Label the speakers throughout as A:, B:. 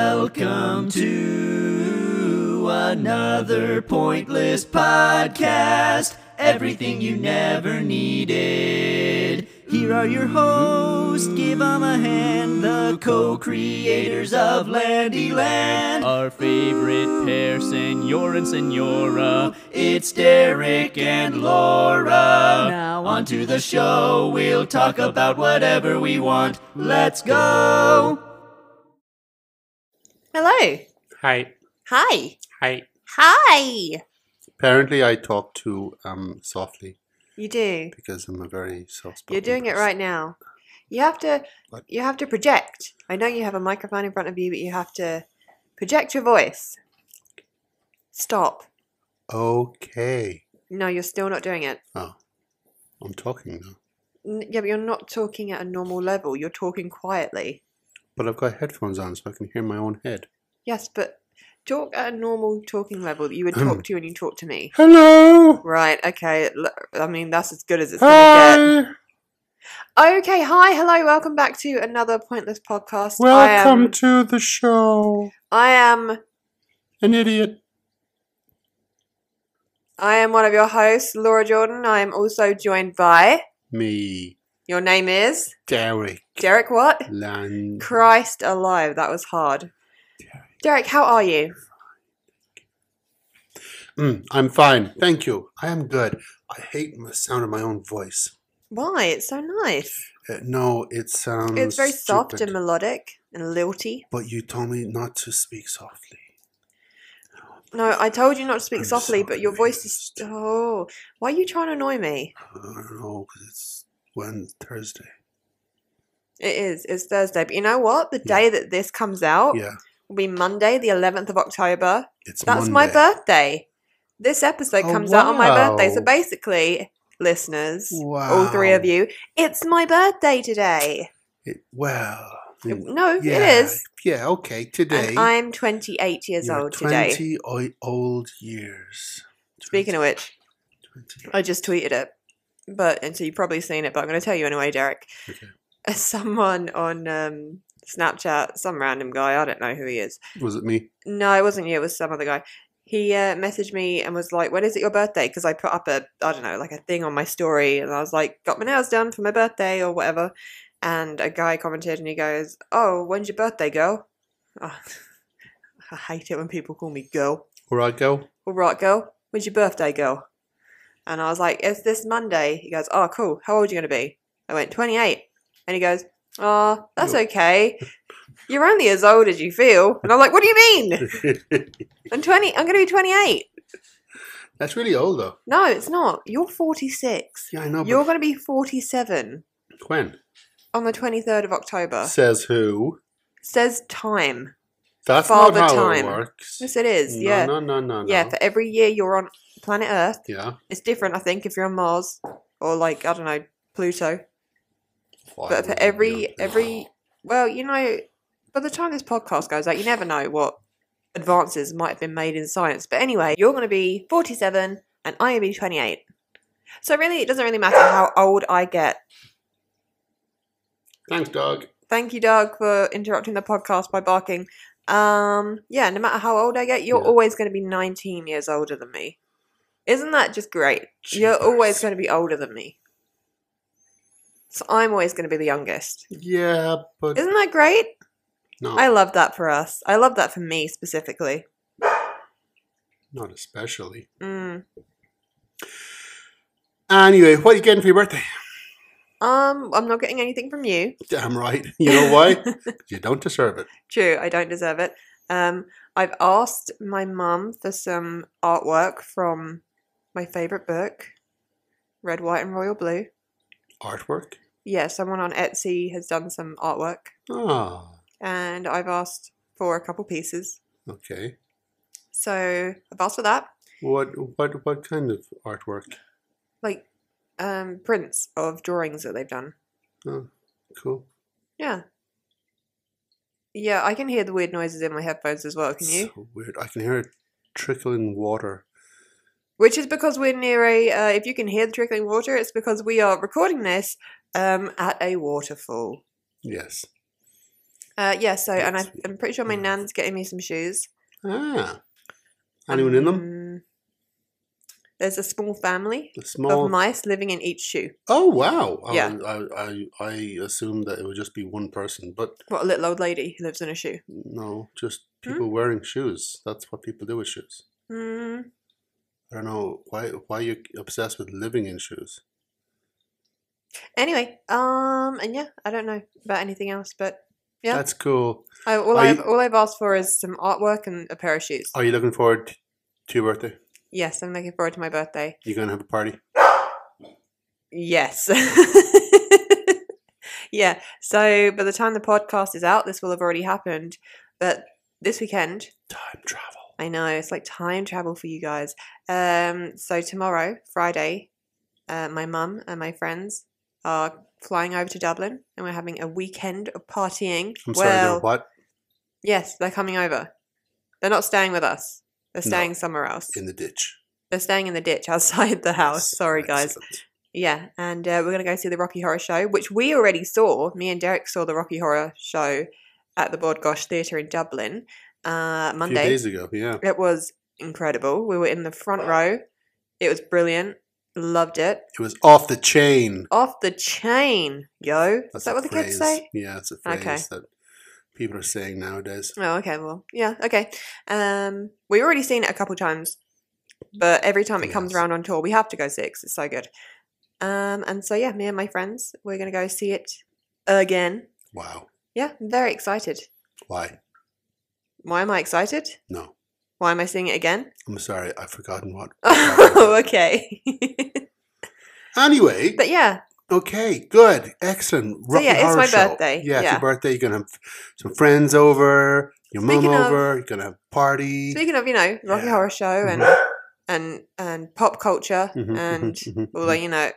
A: Welcome to another pointless podcast. Everything you never needed. Here are your hosts. Give 'em a hand. The co-creators of Landyland.
B: Our favorite pair, Senor and Senora.
A: It's Derek and Laura. Now onto the show. We'll talk about whatever we want. Let's go.
C: Hello.
D: Hi.
C: Hi.
D: Hi.
C: Hi.
E: Apparently, I talk too um, softly
C: You do.
E: because I'm a very soft spoken.
C: You're doing it right now. You have to
E: What?
C: you have to project. I know you have a microphone in front of you, but you have to project your voice. Stop.
E: Okay.
C: No, you're still not doing it.
E: Oh, I'm talking now.
C: N- Yeah, but you're not talking at a normal level. You're talking quietly.
E: But I've got headphones on so I can hear my own head.
C: Yes, but talk at a normal talking level that you would talk to when you talk to me.
E: Hello!
C: Right, okay. l- I mean, that's as good as it's going to get.
E: Hi!
C: Okay, hi, hello, welcome back to another Pointless Podcast. I
E: Welcome
C: am,
E: to the show.
C: I am
E: An idiot.
C: I am one of your hosts, Laura Jordan. I am also joined by
E: Me,
C: your name is
E: Derek
C: Derek. What?
E: Land.
C: Christ alive, that was hard. Derek, how are you?
E: Mm, I'm fine. Thank you. I am good. I hate the sound of my own voice.
C: Why? It's so nice.
E: Uh, no, it sounds.
C: it's very soft and
E: Mm, stupid.
C: melodic and lilty.
E: But you told me not to speak softly.
C: No, I told you not to speak
E: I'm
C: softly, but your
E: sorry.
C: voice is. Oh, why are you trying to annoy me?
E: I don't know because it's when Thursday.
C: It is. It's Thursday, but you know what? The day that this comes out
E: Yeah,
C: will be Monday, the eleventh of October.
E: it's
C: That's
E: Monday.
C: my birthday. This episode
E: Oh,
C: comes out on my birthday. So
E: wow.
C: basically, listeners, all three of
E: Wow.
C: you, it's my birthday today.
E: It, well, mm,
C: No,
E: yeah,
C: it is.
E: Yeah, okay. Today,
C: And I'm 28 years
E: you're
C: old today.
E: Twenty o- old years.
C: Speaking of which,
E: 20,
C: I just tweeted it, but and so you've probably seen it, but I'm going to tell you anyway, Derek.
E: Okay.
C: Someone on um, Snapchat, some random guy, I don't know who he is.
E: was it me?
C: No, it wasn't you. It was some other guy. He uh, messaged me and was like, "When is it your birthday?" Because I put up a, I don't know, like a thing on my story, and I was like, "Got my nails done for my birthday" or whatever. And a guy commented, and he goes, "Oh, when's your birthday, girl?" Oh, I hate it when people call me girl.
E: Where I go?
C: All right, girl, when's your birthday, girl? And I was like, "It's this Monday." He goes, "Oh, cool. How old are you gonna be?" I went, "28." And he goes, "Oh, that's
E: Yo.
C: okay. You're only as old as you feel." And I'm like, "What do you mean?" I'm 20. I'm going to be 28.
E: That's really old though.
C: No, it's not. You're 46.
E: Yeah, I know.
C: You're
E: but
C: going to be 47
E: when
C: on the 23rd of October.
E: says who?
C: Says time.
E: That's
C: Father
E: not how
C: Time.
E: it works.
C: Yes, it is.
E: no,
C: yeah.
E: no, no, no, no.
C: Yeah, for every year you're on planet Earth,
E: yeah.
C: it's different, I think, if you're on Mars or, like, I don't know, Pluto. But for every, every, well, you know, by the time this podcast goes out, you never know what advances might have been made in science. But anyway, you're going to be 47 and I'm going to be 28. So really, it doesn't really matter how old I get.
E: Thanks, dog.
C: Thank you, Doug, for interrupting the podcast by barking. Um, yeah, no matter how old I get, you're
E: Yeah.
C: always going to be 19 years older than me. Isn't that just great? You're always
E: Jeepers.
C: going to be older than me. So I'm always going to be the youngest.
E: Yeah, but
C: Isn't that great?
E: no,
C: I love that for us. I love that for me specifically.
E: not especially.
C: Mm.
E: Anyway, what are you getting for your birthday?
C: Um, I'm not getting anything from you.
E: Damn right. You know why? 'Cause you don't deserve it.
C: True, I don't deserve it. Um, I've asked my mum for some artwork from my favourite book, Red, White, and Royal Blue.
E: Artwork?
C: Yeah, someone on Etsy has done some artwork,
E: Ah,
C: and I've asked for a couple pieces.
E: okay.
C: So I've asked for that,
E: What what what kind of artwork?
C: like um, prints of drawings that they've done.
E: Oh, cool.
C: Yeah. Yeah, I can hear the weird noises in my headphones as well. Can you?
E: So weird. I can hear it trickling water.
C: Which is because we're near a. Uh, if you can hear the trickling water, it's because we are recording this um, at a waterfall.
E: Yes. Mm.
C: Uh, yeah, so, and I, I'm pretty sure my nan's getting me some shoes.
E: Ah. Anyone in them?
C: Mm. There's a small family
E: A small.
C: of mice living in each shoe.
E: oh wow! I-
C: Yeah.
E: I, I I assumed that it would just be one person, but
C: What a little old lady who lives in a shoe.
E: no, just
C: Hmm?
E: people wearing shoes. That's what people do with shoes.
C: Mm,
E: I don't know why why you're obsessed with living in shoes.
C: Anyway, um, and yeah, I don't know about anything else, but Yeah.
E: That's cool.
C: I, all
E: Are
C: I've
E: you-
C: all I've asked for is some artwork and a pair of shoes.
E: Are you looking forward to your birthday?
C: Yes, I'm looking forward to my birthday.
E: You gonna have a party?
C: Yes. yeah. So by the time the podcast is out, this will have already happened. But this weekend,
E: Time travel.
C: I know it's like time travel for you guys. Um, so tomorrow, Friday, uh, my mum and my friends are flying over to Dublin, and we're having a weekend of partying.
E: I'm sorry. they're what
C: yes, they're coming over. They're not staying with us. They're
E: No.
C: staying somewhere else.
E: in the ditch?
C: They're staying in the ditch outside the house. Sorry, guys.
E: Excellent.
C: Yeah, and uh, we're going to go see the Rocky Horror Show, which we already saw. Me and Derek saw the Rocky Horror Show at the Bord Gosh Theatre in Dublin uh,
E: A few
C: Monday.
E: days ago. Yeah.
C: It was incredible. We were in the front row. It was brilliant. Loved it.
E: It was off the chain.
C: Off the chain, yo. Is that
E: a
C: what the kids
E: phrase.
C: say?
E: Yeah, it's a
C: Okay.
E: phrase that people are saying nowadays.
C: Oh, okay. Well, yeah, okay. Um, we've already seen it a couple times, but every time it comes
E: Yes.
C: around on tour, we have to go see it 'cause it's so good. Um, and so yeah, me and my friends, we're gonna go see it again.
E: Wow.
C: Yeah, I'm very excited.
E: Why?
C: Why am I excited?
E: No.
C: Why am I seeing it again?
E: I'm sorry, I've forgotten what.
C: oh, okay.
E: Anyway,
C: but yeah,
E: okay, good, excellent. Rocky
C: yeah, it's
E: Horror
C: my
E: Show.
C: birthday,
E: Yeah, it's
C: yeah.
E: your birthday. You're gonna have some friends over, your mum
C: Speaking of-
E: over. You're gonna have a party.
C: speaking of you know Rocky
E: Mm-hmm. Yeah.
C: Horror Show and
E: Mhm.
C: and and pop culture
E: Mhm, mhm,
C: and
E: mhm,
C: although
E: mhm.
C: you know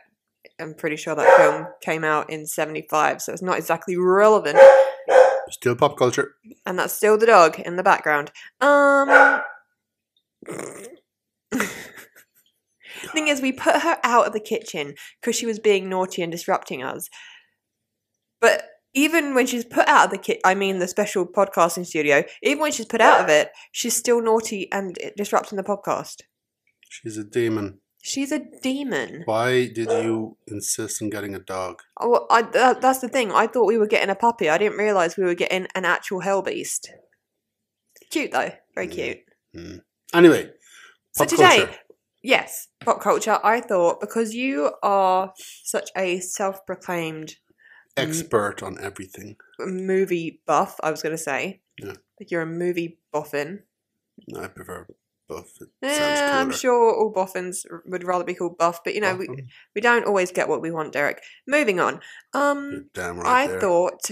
C: I'm pretty sure that film came out in '75, so it's not exactly relevant.
E: still pop culture.
C: And that's still the dog in the background. Um. Thing is, we put her out of the kitchen because she was being naughty and disrupting us. But even when she's put out of the kit, I mean the special podcasting studio, even when she's put out of it, she's still naughty and disrupting the podcast.
E: She's a demon.
C: She's a demon.
E: Why did you insist on getting a dog?
C: Oh, I, that, that's the thing. I thought we were getting a puppy. I didn't realize we were getting an actual hell beast. Cute though, very
E: Mm.
C: cute.
E: Anyway,
C: So
E: pop
C: today,
E: culture.
C: yes, pop culture. I thought because you are such a self-proclaimed Mm.
E: expert on everything.
C: movie buff, I was going to say,
E: Yeah.
C: like you're a movie boffin.
E: I prefer both. It sounds
C: Eh, I'm
E: cooler.
C: sure all boffins r- would rather be called buff, but you know we,
E: Boffin?
C: we don't always get what we want, Derek. Moving on. Um,
E: You're damn right
C: I
E: there.
C: thought.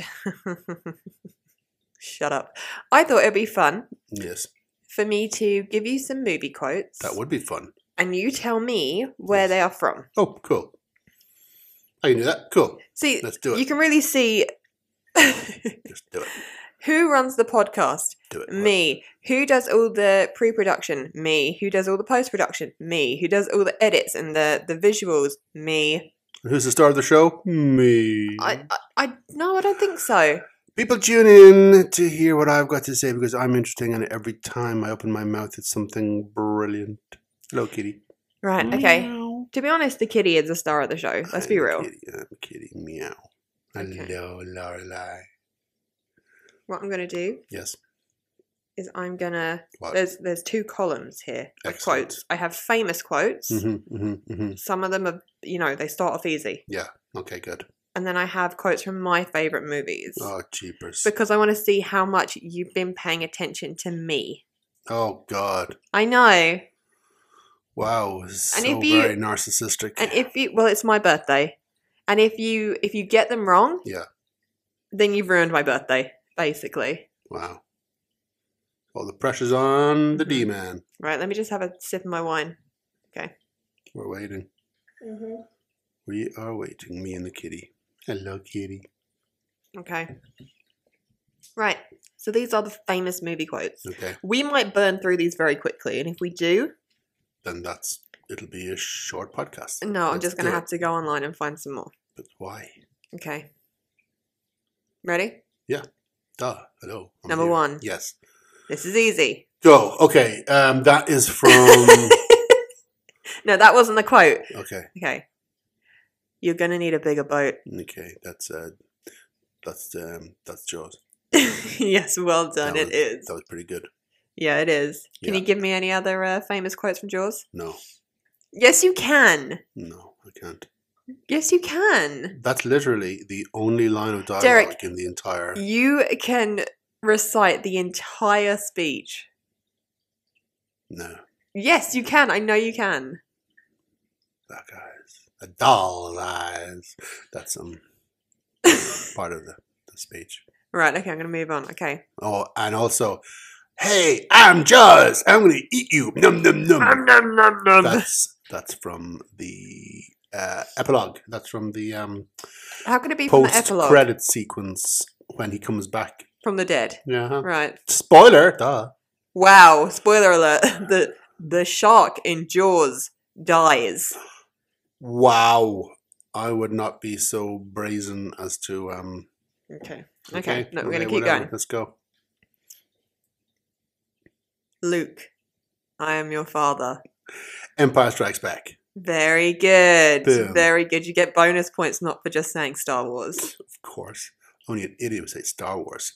C: Shut up. I thought it'd be fun
E: Yes,
C: for me to give you some movie quotes.
E: that would be fun.
C: And you tell me where they are from.
E: Oh, cool. I can do that. Cool.
C: See,
E: Let's do it.
C: you can really see
E: Just do it.
C: who runs the podcast.
E: Do it.
C: Me. Who does all the pre-production? Me. Who does all the post-production? Me. Who does all the edits and the the visuals? Me.
E: Who's the star of the show? Me.
C: I I, I no, I don't think so.
E: People tune in to hear what I've got to say because I'm interesting, and every time I open my mouth, it's something brilliant. Hello, kitty.
C: Right. Okay.
E: Meow.
C: To be honest, the kitty is the star of the show. Let's be
E: I'm
C: real.
E: Mm. Kitty. I'm kitty. Meow.
C: Okay.
E: Hello, Lorelai.
C: What I'm gonna do
E: Yes.
C: is I'm gonna
E: What?
C: there's there's two columns here of
E: Excellent.
C: quotes. I have famous quotes.
E: hmm hmm hmm
C: Some of them are you know they start off easy,
E: Okay, good.
C: and then I have quotes from my favorite movies
E: Oh, cheapers.
C: because I want to see how much you've been paying attention to me.
E: Oh, God.
C: I know,
E: Wow. So
C: if you-
E: very narcissistic.
C: and if you well, it's my birthday, and if you if you get them wrong,
E: Yeah.
C: then you've ruined my birthday basically.
E: Wow. All the pressure's on the
C: Mhm.
E: D man.
C: Right, let me just have a sip of my wine.
E: We're waiting. We are waiting. Me and the kitty. Hello, kitty.
C: Okay. Right. So these are the famous movie quotes.
E: Okay,
C: We might burn through these very quickly, and if we do,
E: then that's it'll be a short podcast.
C: no, I'm
E: Let's
C: just going to
E: do it.
C: have to go online and find some more.
E: But why?
C: Okay. Ready?
E: Duh. Hello. I'm
C: Number
E: here.
C: one.
E: Yes.
C: This is easy.
E: Go. okay. Um, that is from.
C: No, that wasn't the quote.
E: okay.
C: Okay. You're going to need a bigger boat.
E: Okay. That's uh, that's um, that's Jaws.
C: yes, well done. It
E: That was-
C: is.
E: That was pretty good.
C: Yeah, it is. Can
E: Yeah.
C: you give me any other uh, famous quotes from Jaws?
E: No,
C: Yes, you can.
E: no, I can't.
C: Yes, you can.
E: That's literally the only line of dialogue
C: Derek,
E: in the entire.
C: You can recite the entire speech.
E: No,
C: Yes, you can. I know you can.
E: black eyes, a doll's eyes. That's um part of the, the speech.
C: Right, okay, I'm going to move on. Okay.
E: Oh, and also, hey, I'm Jaws. I'm gonna eat you. Num num num.
C: nom, nom, nom.
E: That's that's from the uh, epilogue. That's from the um,
C: How could it be from the
E: post
C: epilogue?
E: credit sequence when he comes back.
C: From the dead.
E: Yeah. huh?
C: Right.
E: Spoiler. Duh.
C: Wow, spoiler alert. The the shark in Jaws dies.
E: Wow. I would not be so brazen as to um
C: Okay. Okay, no, we're gonna
E: okay,
C: keep
E: whatever,
C: going.
E: Let's go.
C: Luke, I am your father.
E: Empire Strikes Back.
C: Very good.
E: Boom.
C: Very good. You get bonus points not for just saying Star Wars.
E: Of course. Only an idiot would say Star Wars.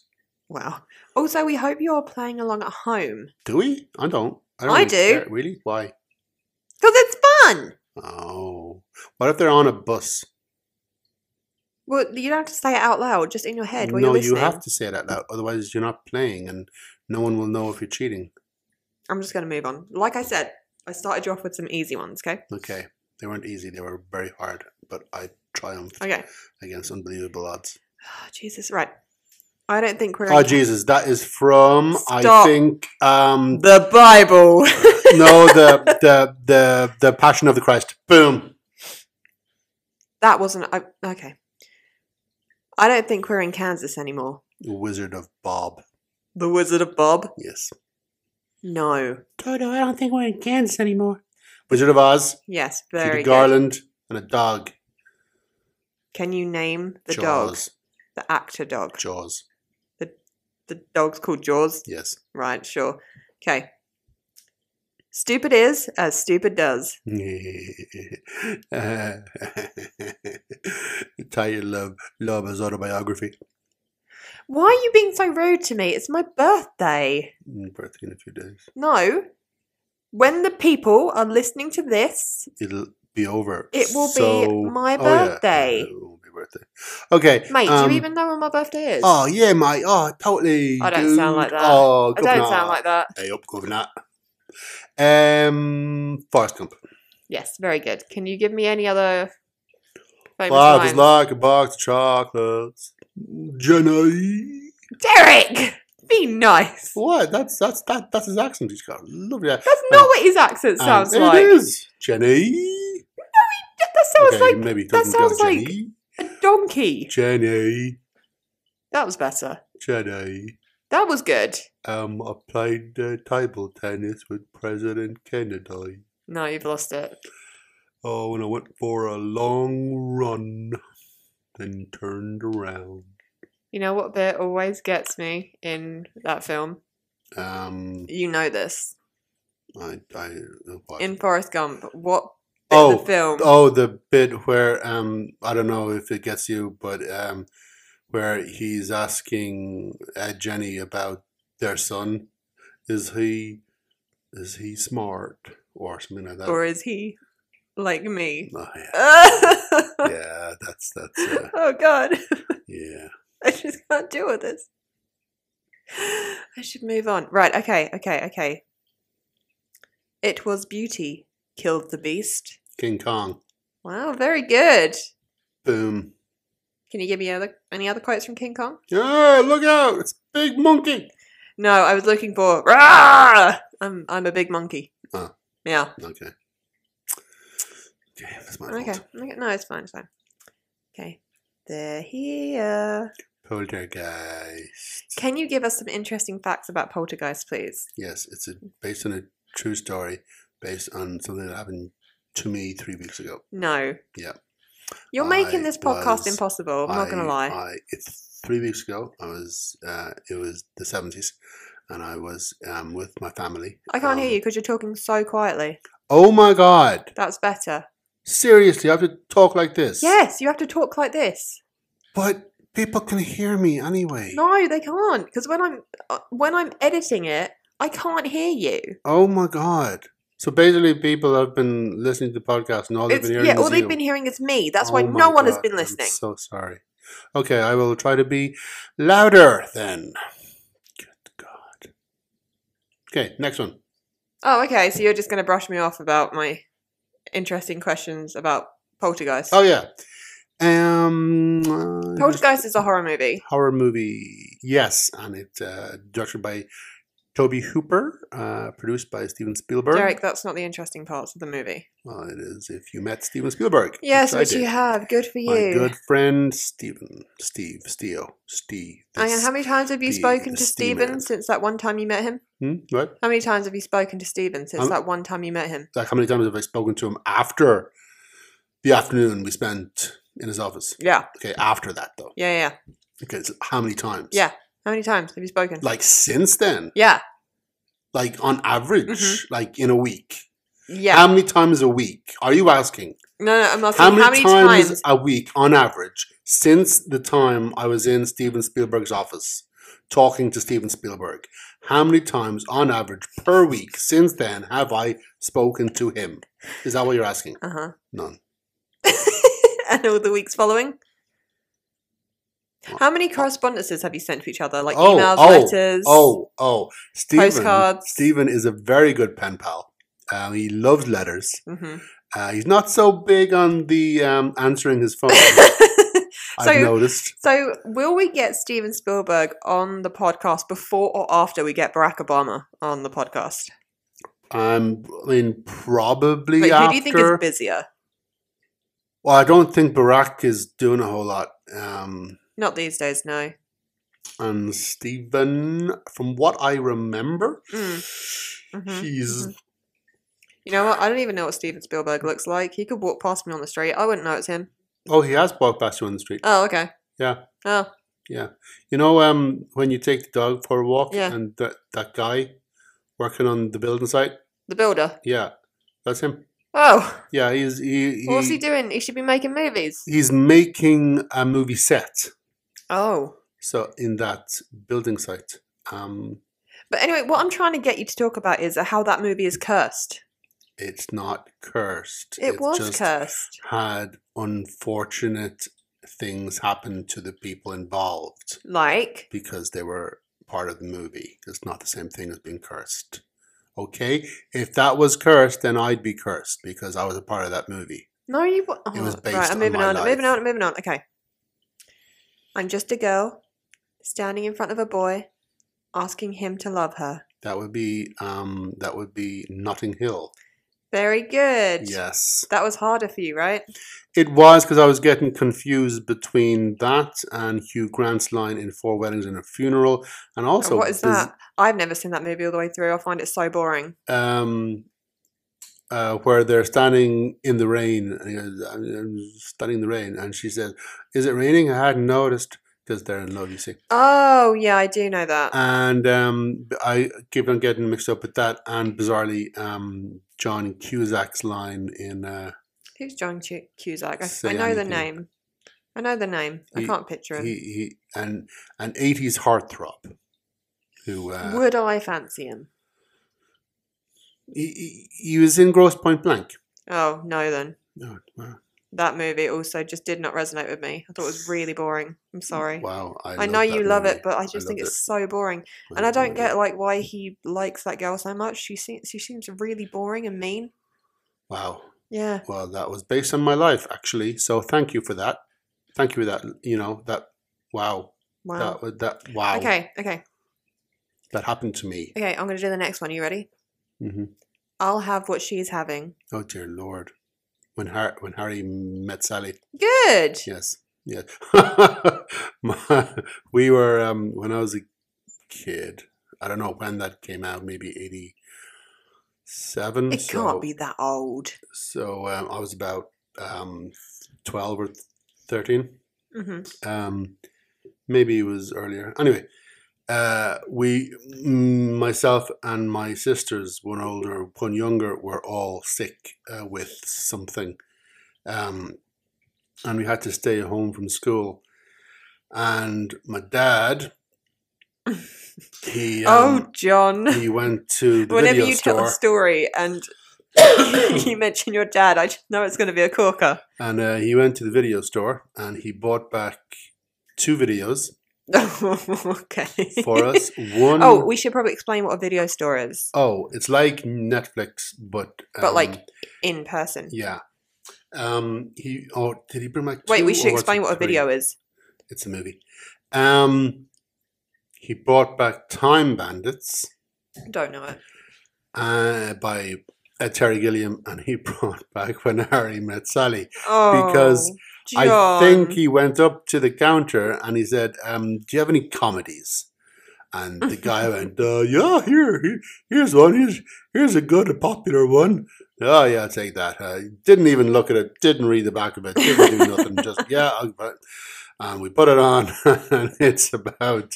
C: Wow. Also, we hope you're playing along at home.
E: Do we? I don't.
C: I
E: I, really
C: do.
E: care. Really? Why?
C: Because it's fun.
E: Oh. What if they're on a bus?
C: Well, you don't have to say it out loud, just in your head while
E: no,
C: you're listening.
E: you have to say it out loud. Otherwise you're not playing and no one will know if you're cheating.
C: I'm just going to move on. Like I said, I started you off with some easy ones, okay?
E: Okay. They weren't easy, they were very hard, but I triumphed
C: Okay.
E: against unbelievable odds.
C: Oh, Jesus, right. I don't think we're.
E: Oh
C: in-
E: Jesus, that is from I
C: Stop.
E: think um
C: The Bible.
E: no, the the the the Passion of the Christ. Boom.
C: that wasn't. I, okay. I don't think we're in Kansas anymore.
E: The Wizard of Bob.
C: The Wizard of Bob?
E: Yes.
C: No.
E: Toto, I don't think we're in Kansas anymore. Wizard of Oz.
C: Yes,
E: Judy
C: very good.
E: Garland and a dog.
C: Can you name the
E: Jaws.
C: dog? The actor dog.
E: Jaws.
C: The dog's called Jaws.
E: Yes.
C: Right, sure. Okay. Stupid is as stupid does.
E: Italian love. Love is autobiography.
C: Why are you being so rude to me? It's my birthday.
E: Mm, Birthday in a few days.
C: No. When the people are listening to this,
E: It'll be over.
C: It will be my
E: Oh, yeah.
C: birthday.
E: It will be birthday. Okay.
C: mate,
E: um,
C: do you even know when my birthday is?
E: Oh yeah, mate. Oh, totally.
C: I don't sound
E: dude.
C: like that.
E: Oh,
C: I don't
E: governor.
C: sound like that.
E: Hey up, governor. Um, Forrest Gump.
C: Yes, very good. Can you give me any other famous
E: Life is
C: lines?
E: like a box of chocolates. Jenny.
C: Derek, be nice.
E: What? That's that's that that's his accent he's got. Lovely. That
C: That's not what his accent
E: Um,
C: sounds like.
E: It is Jenny.
C: That that sounds
E: okay,
C: like
E: maybe it
C: that
E: doesn't go
C: sounds like-
E: Jenny.
C: a donkey.
E: Jenny.
C: That was better.
E: Jenny.
C: That was good.
E: Um, I played uh, table tennis with President Kennedy.
C: No, you've lost it.
E: Oh, and I went for a long run, then turned around.
C: You know what bit always gets me in that film?
E: Um,
C: You know this.
E: I, I, what?
C: In Forrest Gump, what bit of
E: oh,
C: the film?
E: oh, the bit where um, I don't know if it gets you, but um, where he's asking uh, Jenny about their son. Is he, is he smart or something like that?
C: Or is he like me?
E: oh, yeah. uh,
C: oh
E: yeah, that's that's uh,
C: god,
E: yeah.
C: I just can't deal with this. I should move on. Right, okay, okay, okay. It was beauty killed the beast.
E: King Kong,
C: Wow, very good.
E: boom.
C: Can you give me other any other quotes from King Kong?
E: Yeah, look out! It's big monkey.
C: No, I was looking for Rah! I'm I'm a big monkey.
E: Oh.
C: Yeah.
E: Okay. Okay, that's my
C: Okay.
E: fault.
C: okay. No, it's fine, it's fine. Okay. They're here.
E: Poltergeist.
C: Can you give us some interesting facts about poltergeist, please?
E: Yes, it's a, based on a true story, based on something that happened to me three weeks ago.
C: No.
E: Yeah.
C: You're making
E: I
C: this podcast
E: was-
C: impossible. I'm not going to lie.
E: I- I, it's three weeks ago. I was uh, it was the seventies, and I was um, with my family.
C: I can't hear
E: Um,
C: you because you're talking so quietly.
E: Oh my god!
C: That's better.
E: Seriously, I have to talk like this.
C: Yes, you have to talk like this.
E: but people can hear me anyway.
C: No, they can't because when I'm uh, when I'm editing it, I can't hear you.
E: Oh my god! So basically, people have been listening to the podcast, and all they've
C: It's,
E: been hearing
C: yeah,
E: is
C: all they've
E: you.
C: been hearing is me. That's why
E: Oh my
C: no one has
E: God,
C: been
E: I'm
C: listening.
E: so sorry. Okay, I will try to be louder then. Good God. Okay, next one.
C: Oh, okay. So you're just going to brush me off about my interesting questions about Poltergeist.
E: Oh yeah. Um, uh,
C: Poltergeist is a horror movie.
E: horror movie. Yes, and it's uh, directed by Toby Hooper, uh, produced by Steven Spielberg.
C: Derek, that's not the interesting parts of the movie.
E: Well, it is if you met Steven Spielberg.
C: Yes,
E: I
C: which you
E: did.
C: have. Good for
E: My
C: you.
E: good friend Steven, Steve, Steo, Steve.
C: I mean, Oh, how many times have you
E: the-
C: spoken
E: the
C: to
E: steam
C: Stephen
E: man.
C: since that one time you met him?
E: Hmm? What?
C: How many times have you spoken to Stephen since
E: Um,
C: that one time you met him?
E: Like, how many times have I spoken to him after the afternoon we spent in his office?
C: Yeah,
E: Okay, after that though.
C: yeah, yeah. yeah.
E: Okay, so how many times?
C: Yeah. How many times have you spoken?
E: Like since then,
C: yeah,
E: like on average,
C: Mhm.
E: like in a week.
C: yeah.
E: How many times a week are you asking?
C: no, no, I'm not
E: How
C: saying
E: many,
C: how many
E: times,
C: times.
E: a week on average since the time I was in Steven Spielberg's office talking to Steven Spielberg? How many times on average per week since then have I spoken to him? Is that what you're asking?
C: Uh huh.
E: None.
C: and all the weeks following.
E: Well,
C: How many correspondences have you sent to each other? Like
E: Oh,
C: emails,
E: oh,
C: letters.
E: Oh, oh. Steven,
C: Postcards.
E: Steven is a very good pen pal. Um, he loves letters.
C: hmm
E: Uh, he's not so big on the um, answering his phone. I've
C: So-
E: noticed.
C: so, will we get Steven Spielberg on the podcast before or after we get Barack Obama on the podcast?
E: Um, I mean, probably
C: Like,
E: after.
C: who do you think is busier?
E: well, I don't think Barack is doing a whole lot. Um,
C: Not these days, no.
E: and Stephen, from what I remember,
C: mhm,
E: he's
C: Mm, You know what? I don't even know what Steven Spielberg looks like. He could walk past me on the street. I wouldn't know it's him.
E: oh, he has walked past you on the street.
C: Oh, okay.
E: Yeah.
C: Oh,
E: You know, um, when you take the dog for a walk,
C: Yeah.
E: and that that guy working on the building site,
C: the builder.
E: yeah, that's him.
C: Oh,
E: Yeah, he's he. he
C: what's he doing? He should be making movies.
E: He's making a movie set.
C: Oh.
E: So in that building site, um,
C: But anyway, what I'm trying to get you to talk about is uh, how that movie is cursed.
E: it's not cursed.
C: It
E: It's
C: was
E: just
C: cursed.
E: Had unfortunate things happen to the people involved
C: Like,
E: because they were part of the movie. It's not the same thing as being cursed. Okay, if that was cursed, then I'd be cursed because I was a part of that movie.
C: no, you. wa-
E: It was
C: Oh,
E: based
C: right, I'm
E: on
C: moving
E: my
C: on. I'm moving
E: life.
C: on. I'm moving on. Okay. I'm just a girl standing in front of a boy asking him to love her.
E: That would be um, that would be Notting Hill.
C: Very good.
E: Yes.
C: That was harder for you, right?
E: It was because I was getting confused between that and Hugh Grant's line in Four Weddings and a Funeral, and also
C: what is
E: there's,
C: that? I've never seen that movie all the way through. I find it so boring.
E: Um, uh, where they're standing in the rain, and he goes, "I'm- I'm standing in the rain," and she says, "Is it raining?" I hadn't noticed because they're in love, you see.
C: Oh, yeah, I do know
E: Uh,
C: that.
E: And um, I keep on getting mixed up with that, and bizarrely, um, John Cusack's line in uh,
C: Who's John Cu- Cusack? I,
E: Say
C: I know the
E: anything.
C: name. I know the name. I
E: He-
C: can't picture him.
E: he, he an an eighties heartthrob who uh,
C: Would I fancy him?
E: He- he, he was in Gross Point Blank.
C: Oh, no, then.
E: No, wow.
C: That movie also just did not resonate with me. I thought it was really boring. I'm sorry.
E: Wow. Mm, I,
C: I
E: love
C: know
E: that
C: you love
E: movie.
C: it, but I just think
E: loved
C: it's so boring.
E: it.
C: And I
E: love that
C: don't
E: movie.
C: get like why he likes that girl so much. She seems she seems really boring and mean.
E: Wow.
C: Yeah.
E: Well, that was based on my life, actually. So thank you for that. Thank you for that. You know, that, wow.
C: Wow.
E: That was that, wow.
C: Okay, okay.
E: That happened to me.
C: Okay, I'm gonna do the next one. You ready?
E: hmm
C: I'll have what she's having.
E: Oh, dear Lord. When Harry, when Harry met Sally,
C: Good.
E: yes, yes. My- we were um, when I was a kid. I don't know when that came out. Maybe eighty-seven.
C: It can't be that old.
E: So um, I was about um, 12 or 13.
C: hmm
E: Um, Maybe it was earlier. Anyway, uh, we, mm, myself and my sisters, one older, one younger, were all sick uh, with something, um, and we had to stay home from school. And my dad, he
C: oh,
E: um,
C: John.
E: he went to the
C: Whenever
E: video
C: you tell
E: store.
C: the story and you mention your dad, I just know it's going to be a corker.
E: And uh, he went to the video store and he bought back two videos
C: okay.
E: for us. One oh
C: Oh, we should probably explain what a video store is,
E: it's like Netflix, but
C: but
E: um,
C: like in person.
E: yeah. Um, he oh, did he bring back?
C: Wait,
E: two
C: we
E: or
C: should
E: was
C: explain
E: it
C: what a
E: three?
C: video is.
E: It's a movie. Um, he brought back Time Bandits
C: Don't know it.
E: uh, by uh, Terry Gilliam, and he brought back When Harry Met Sally.
C: Oh,
E: Because
C: John.
E: I think he went up to the counter and he said, um, "Do you have any comedies?" And the guy went, uh, "Yeah, here, here, here's one. Here's here's a good, a popular one. Oh yeah, I'll take that." Uh, didn't even look at it. Didn't read the back of it. Didn't do nothing. Just yeah, I'll, buy it." and we put it on, and it's about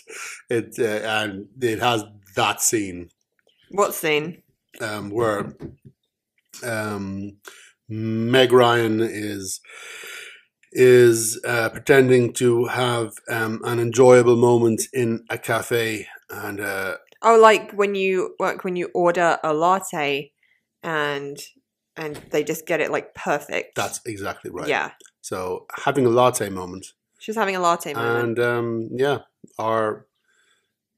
E: it, uh, and it has that scene
C: what scene?
E: um, where um, Meg Ryan is is uh, pretending to have um, an enjoyable moment in a cafe, and uh,
C: Oh, like when you like when you order a latte, and and they just get it like perfect.
E: that's exactly right.
C: yeah.
E: So having a latte moment,
C: She's having a latte moment.
E: and um, yeah, our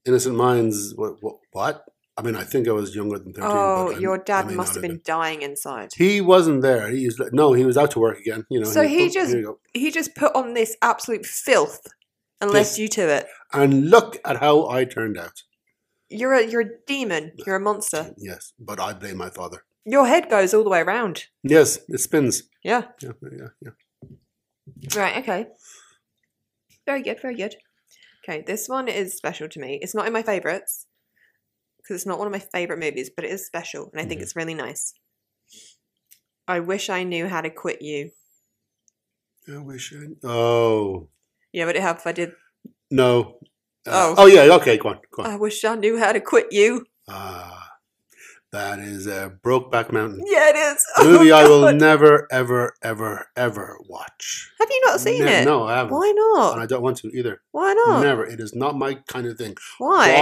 E: innocent minds. What, what? What? I mean, I think I was younger than thirteen.
C: oh,
E: but I'm-
C: your
E: I
C: dad
E: may
C: must
E: not
C: have been dying inside.
E: He wasn't there. He's no. He was out to work again. You know.
C: So he
E: "Oh,
C: just-
E: here you go."
C: He just put on this absolute filth, unless you do it.
E: and look at how I turned out.
C: You're a you're a demon. You're a monster.
E: Yes, but I blame my father.
C: Your head goes all the way around.
E: Yes, it spins.
C: Yeah.
E: Yeah, yeah, yeah.
C: Right. Okay. Very good. Very good. Okay. This one is special to me. It's not in my favorites because it's not one of my favorite movies, but it is special, and I think
E: Mhm.
C: it's really nice. I wish I knew how to quit you.
E: I wish I. Oh
C: Yeah, would it help if I did?
E: no. Uh,
C: Oh. Uh.
E: oh yeah. Okay, go on, go on.
C: I wish I knew how to quit you.
E: Ah, that is uh, Brokeback Mountain
C: Yeah, it is.
E: movie. I will
C: Oh, God.
E: never, ever, ever, ever watch.
C: Have you not seen
E: Ne-
C: it?
E: No, I haven't.
C: Why
E: And I
C: not?
E: don't want to either.
C: Why not?
E: Never. It is not my kind of thing.
C: Why?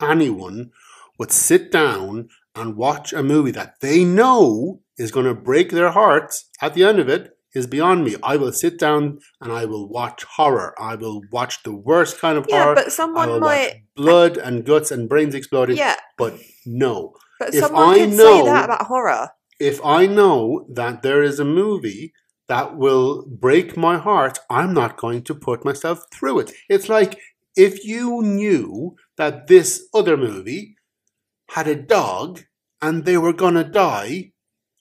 E: Why anyone would sit down and watch a movie that they know is going to break their hearts at the end of it is beyond me. I will sit down and I will watch horror. I will watch the worst kind of
C: Yeah,
E: horror.
C: but
E: I will
C: someone might.
E: watch blood and guts and brains exploding.
C: Yeah,
E: But no,
C: but
E: if
C: someone
E: I
C: could
E: know-
C: say that about horror.
E: if I know that there is a movie that will break my heart, I'm not going to put myself through it. It's like if you knew that this other movie had a dog and they were going to die,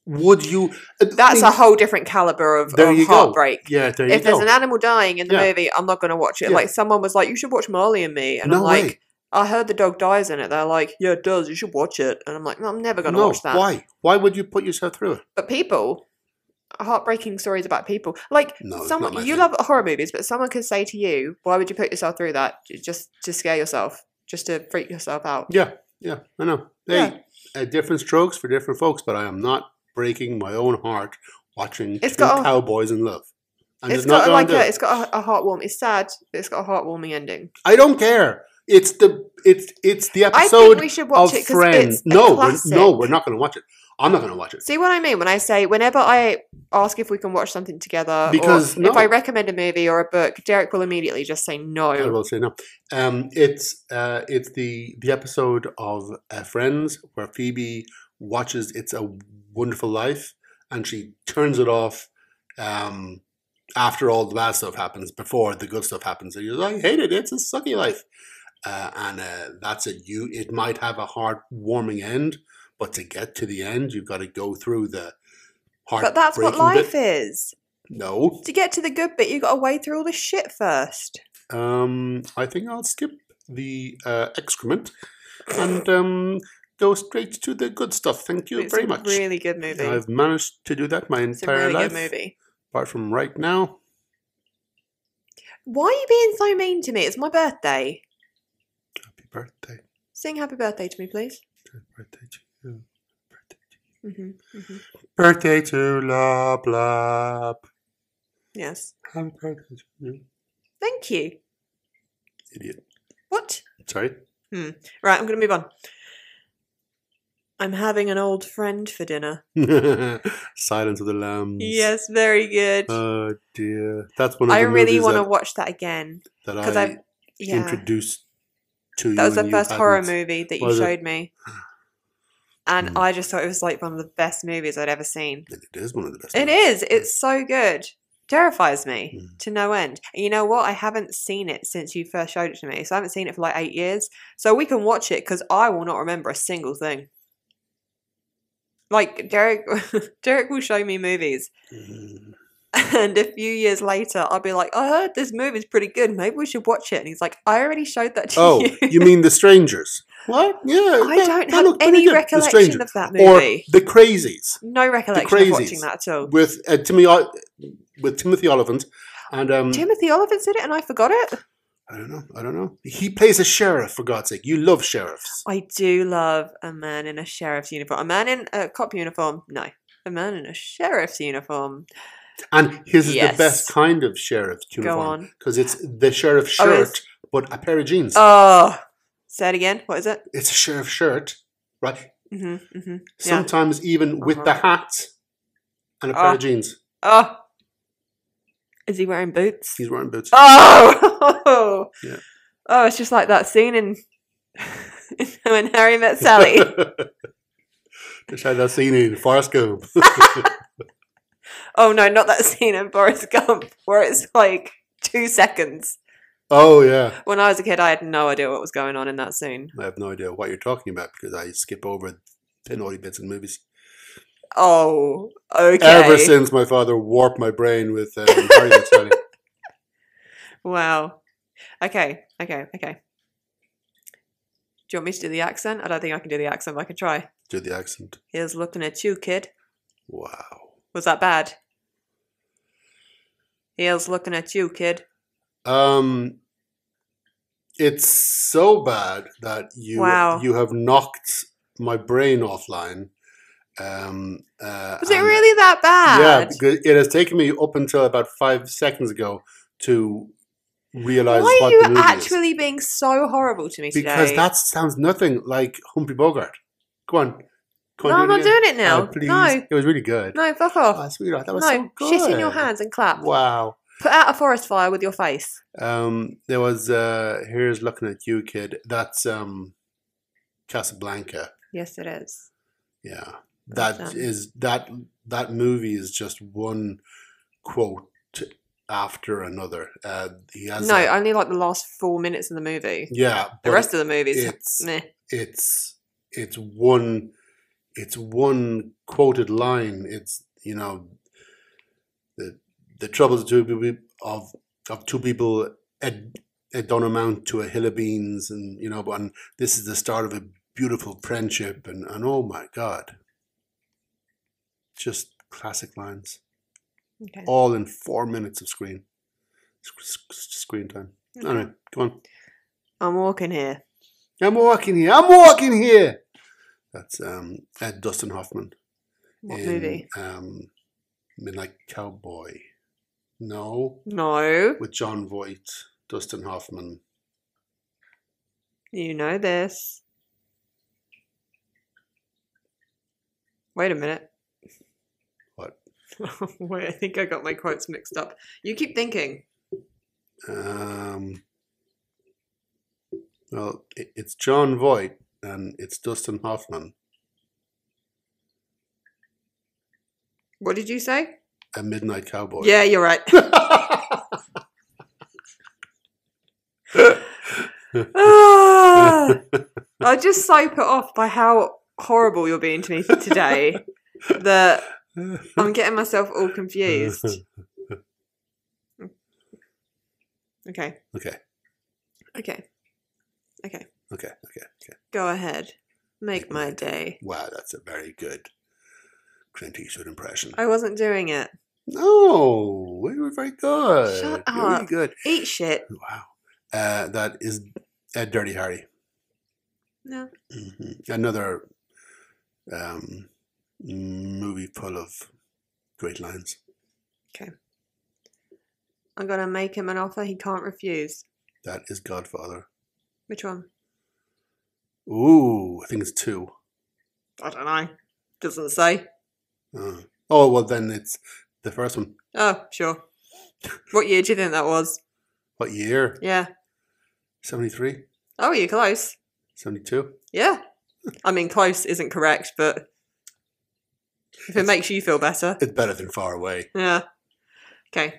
E: would you? I
C: That's
E: mean,
C: a whole different caliber of,
E: There
C: of
E: you go.
C: heartbreak.
E: Yeah, there
C: if
E: you
C: there's
E: go.
C: an animal dying in the
E: Yeah.
C: movie, I'm not going to watch it.
E: Yeah.
C: Like someone was like, "You should watch Marley and Me," and I'm
E: No
C: like,
E: way.
C: "I heard the dog dies in it." They're like, "Yeah, it does. You should watch it," and I'm like, "No, I'm never going to
E: no,
C: watch that."
E: why? Why would you put yourself through it?
C: But people, heartbreaking stories about people, like
E: No, it's not my
C: someone you
E: thing.
C: love horror movies, but someone could say to you, "Why would you put yourself through that? J- Just to scare yourself, just to freak yourself out."
E: Yeah, yeah, I know. Hey, uh, different strokes for different folks, but I am not breaking my own heart watching
C: It's
E: two
C: got a-
E: cowboys in love. And
C: it's
E: it's not
C: got
E: going
C: like
E: to do
C: a,
E: it.
C: it's got a, a heartwarming. It's sad, but it's got a heartwarming ending.
E: I don't care. It's the it's it's the
C: I think
E: episode
C: we should
E: of
C: watch it because
E: Friends.
C: it's a
E: No, we're,
C: classic.
E: no, we're not going to watch it. I'm not going to watch it.
C: See what I mean when I say whenever I ask if we can watch something together,
E: Because
C: or
E: no.
C: if I recommend a movie or a book, Derek will immediately just say
E: I
C: no.
E: will say no. Um, it's uh, it's the the episode of uh, Friends where Phoebe watches It's a Wonderful Life and she turns it off um, after all the bad stuff happens, before the good stuff happens. And you're like, I hate it. It's a sucky life. Uh, and uh, that's it. You it might have a heartwarming end, but to get to the end, you've got to go through the heart.
C: But that's what life is.
E: No,
C: To get to the good bit, you got to wade through all the shit first.
E: Um, I think I'll skip the uh, excrement and um, go straight to the good stuff. Thank you
C: it's
E: very
C: a
E: much.
C: Really good movie.
E: I've managed to do that my
C: it's a
E: entire
C: really
E: life,
C: good movie.
E: apart from right now.
C: Why are you being so mean to me? It's my birthday.
E: Happy birthday.
C: Sing happy birthday to me, please.
E: Happy birthday to you. Birthday to you.
C: hmm hmm
E: Birthday to Lop Lop.
C: Yes.
E: Happy birthday to you.
C: Thank you.
E: Idiot.
C: What?
E: Sorry.
C: Right, I'm going to move on. I'm having an old friend for dinner.
E: Silence of the Lambs.
C: Yes, very good.
E: Oh dear. That's one of
C: I
E: the
C: really
E: movies
C: want to
E: that,
C: watch that again
E: that
C: because
E: I
C: I've yeah.
E: introduced to you.
C: That was
E: and
C: the
E: you
C: first horror
E: hadn't.
C: movie that you
E: Was it?
C: showed me. And
E: Mm.
C: I just thought it was like one of the best movies I'd ever seen.
E: It is one of the best.
C: It is. It's so good. Terrifies me
E: Mm.
C: to no end. And you know what? I haven't seen it since you first showed it to me. So I haven't seen it for like eight years. So we can watch it because I will not remember a single thing. Like Derek, Derek will show me movies,
E: Mm.
C: and a few years later, I'll be like, "I heard this movie's pretty good. Maybe we should watch it." And he's like, "I already showed that to
E: Oh,
C: you."
E: you mean The Strangers? What? Yeah.
C: I
E: that-
C: don't
E: that
C: have
E: looked pretty
C: any
E: good. The
C: recollection
E: Strangers.
C: of that
E: Or
C: movie.
E: The Crazies
C: no recollection of watching
E: Crazies.
C: that at all.
E: with uh, Timmy Ol- with Timothy Olyphant and um
C: Timothy Olyphant's in it, and I forgot it.
E: I don't know. I don't know. He plays a sheriff for God's sake. You love sheriffs.
C: I do love a man in a sheriff's uniform. A man in a cop uniform? No. A man in a sheriff's uniform.
E: And his is
C: Yes.
E: the best kind of sheriff's uniform.
C: Go on.
E: because it's the sheriff's
C: Oh,
E: shirt,
C: it's-
E: but a pair of jeans.
C: Oh, say it again. What is it?
E: it's a sheriff's shirt, right?
C: hmm hmm Yeah.
E: Sometimes even with the
C: Uh-huh.
E: hat and a pair
C: Ah.
E: of jeans.
C: Oh. Is he wearing boots?
E: He's wearing boots.
C: Oh!
E: Yeah.
C: Oh, it's just like that scene in when Harry met Sally.
E: Just like that scene in Forrest Gump.
C: oh, no, not that scene in Boris Gump where it's like two seconds.
E: oh yeah,
C: When I was a kid, I had no idea what was going on in that scene.
E: I have no idea what you're talking about because I skip over the naughty bits in movies.
C: Oh, okay.
E: Ever since my father warped my brain with um, Harry Met Sally.
C: Wow. Okay, okay, okay. Do you want me to do the accent? I don't think I can do the accent, but I can try.
E: Do the accent.
C: Here's looking at you, kid.
E: Wow.
C: Was that bad? Here's looking at you, kid.
E: Um, it's so bad that you
C: Wow.
E: you have knocked my brain offline. Um, uh,
C: Was it
E: and-
C: really that
E: Yeah,
C: bad?
E: because it has taken me up until about five seconds ago to realize
C: Why
E: what
C: are
E: the
C: you
E: movie
C: actually being so horrible to me
E: is. Because
C: today?
E: that sounds nothing like Humphrey Bogart. Go on, go
C: no,
E: on.
C: I'm not
E: do it again.
C: doing it now.
E: Oh, please.
C: no,
E: it was really good.
C: no, fuck off.
E: Oh, sweetheart, that was
C: no,
E: so good.
C: shit in your hands and clap.
E: Wow.
C: Put out a forest fire with your face.
E: Um, there was uh, here's looking at you, kid. That's um, Casablanca.
C: Yes, it is.
E: Yeah,
C: That's,
E: that
C: um,
E: is that that movie is just one quote after another. Uh, he has
C: no,
E: a-
C: only like the last four minutes of the movie.
E: yeah,
C: The
E: but
C: rest of the movies,
E: it's-
C: meh.
E: it's it's one it's one quoted line. It's you know the the troubles of two people of of two people it, it don't amount to a hill of beans, and you know, but- and this is the start of a beautiful friendship, and and oh my god, just classic lines,
C: Okay.
E: all in four minutes of screen sc- sc- screen time. All right, go on.
C: I'm walking here.
E: I'm walking here. I'm walking here. That's um uh, Dustin Hoffman
C: What
E: in
C: movie?
E: um Midnight Cowboy. No,
C: No,
E: with John Voight, Dustin Hoffman.
C: you know this. Wait a minute.
E: What?
C: Wait, I think I got my quotes mixed up. You keep thinking.
E: Um, well, i it's John Voight and it's Dustin Hoffman.
C: What did you say?
E: A Midnight Cowboy.
C: Yeah, you're right. Ah, I just so put off by how horrible you're being to me today that I'm getting myself all confused. Okay,
E: okay,
C: okay, okay.
E: okay, okay, okay.
C: Go ahead. Make my day.
E: Wow, that's a very good Clint Eastwood impression.
C: I wasn't doing it.
E: No, we were very good.
C: Shut
E: You're really
C: up.
E: good.
C: Eat shit.
E: Wow. Uh, that is uh, Dirty Harry.
C: No.
E: Mhm. Another um, movie full of great lines.
C: I'm gonna make him an offer he can't refuse.
E: That is Godfather.
C: Which one?
E: Ooh, I think it's two.
C: I don't know. Doesn't say.
E: Uh, oh, well, then it's the first one.
C: Oh, sure. What year do you think that was?
E: What year?
C: Yeah.
E: 73?
C: Oh, you're close.
E: 72?
C: Yeah. I mean, close isn't correct, but if it makes you feel better.
E: It's better than Far Away.
C: Yeah. Okay.